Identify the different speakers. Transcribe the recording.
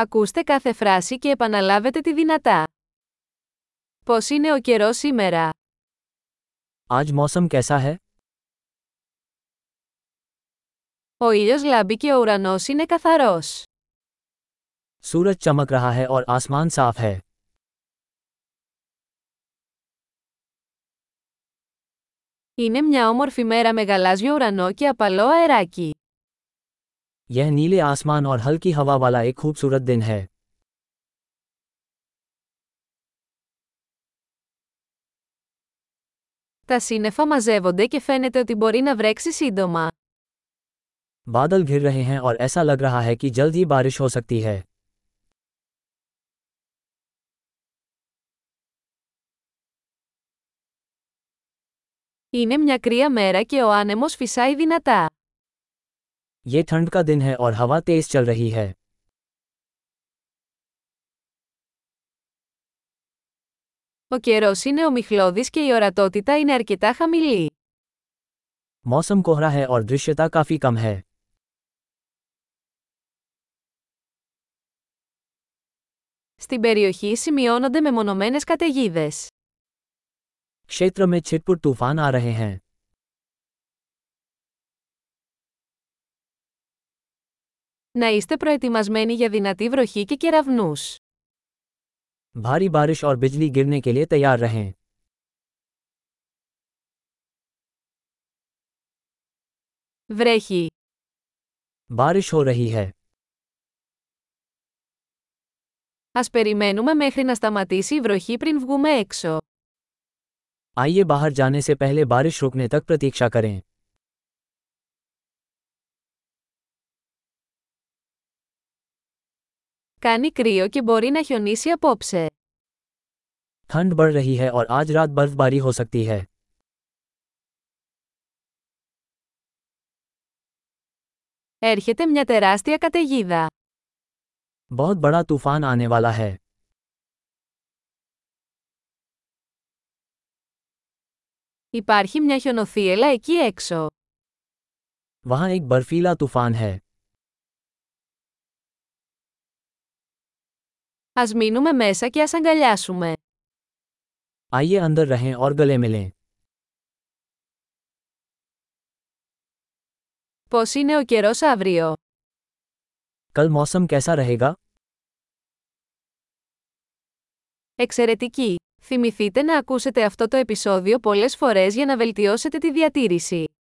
Speaker 1: Ακούστε κάθε φράση και επαναλάβετε τη δυνατά. Πώς είναι ο καιρός σήμερα?
Speaker 2: आज मौसम कैसा है
Speaker 1: Ο ήλιος λάμπει και ο ουρανός είναι καθαρός.
Speaker 2: सूरज चमक रहा है और आसमान साफ है
Speaker 1: Είναι μια όμορφη μέρα με γαλάζιο ουρανό και απαλό αεράκι.
Speaker 2: यह नीले आसमान और हल्की हवा वाला एक खूबसूरत दिन है
Speaker 1: Τα σύννεφα μαζεύονται και φαίνεται ότι μπορεί να βρέξει σύντομα.
Speaker 2: बादल घिर रहे हैं और ऐसा लग रहा है कि जल्द ही बारिश हो सकती है
Speaker 1: Είναι μια κρύα μέρα και ο άνεμος φυσάει δυνατά.
Speaker 2: ये ठंड का दिन है और हवा तेज चल रही है
Speaker 1: Ο καιρός είναι ομιχλώδης και η ορατότητα είναι αρκετά χαμηλή.
Speaker 2: मौसम कोहरा है और दृश्यता काफ़ी कम है
Speaker 1: Στην περιοχή σημειώνονται μεμονωμένες καταιγίδες.
Speaker 2: क्षेत्र में छिटपुट तूफान आ रहे हैं
Speaker 1: Να είστε προετοιμασμένοι για δυνατή βροχή και κεραυνούς.
Speaker 2: भारी बारिश और बिजली गिरने के लिए तैयार रहें
Speaker 1: Βρέχει.
Speaker 2: बारिश हो रही है
Speaker 1: Ας περιμένουμε μέχρι να σταματήσει η βροχή πριν βγούμε έξω.
Speaker 2: आइए बाहर जाने से पहले बारिश रुकने तक प्रतीक्षा करें
Speaker 1: Κάνει κρύο και μπορεί να χιονίσει απόψε.
Speaker 2: ठंड बढ़ रही है और आज रात बर्फबारी हो सकती है
Speaker 1: Έρχεται μια τεράστια καταιγίδα.
Speaker 2: बहुत बड़ा तूफान आने वाला है
Speaker 1: Υπάρχει μια χιονοθύελα εκεί έξω.
Speaker 2: वहाँ एक बर्फीला तूफान है
Speaker 1: Ας μείνουμε μέσα και ας αγκαλιάσουμε.
Speaker 2: आइए अंदर रहें और गले मिलें
Speaker 1: Πώς είναι ο καιρός αύριο.
Speaker 2: कल मौसम कैसा रहेगा
Speaker 1: Εξαιρετική! Θυμηθείτε να ακούσετε αυτό το επεισόδιο πολλές φορές για να βελτιώσετε τη διατήρηση.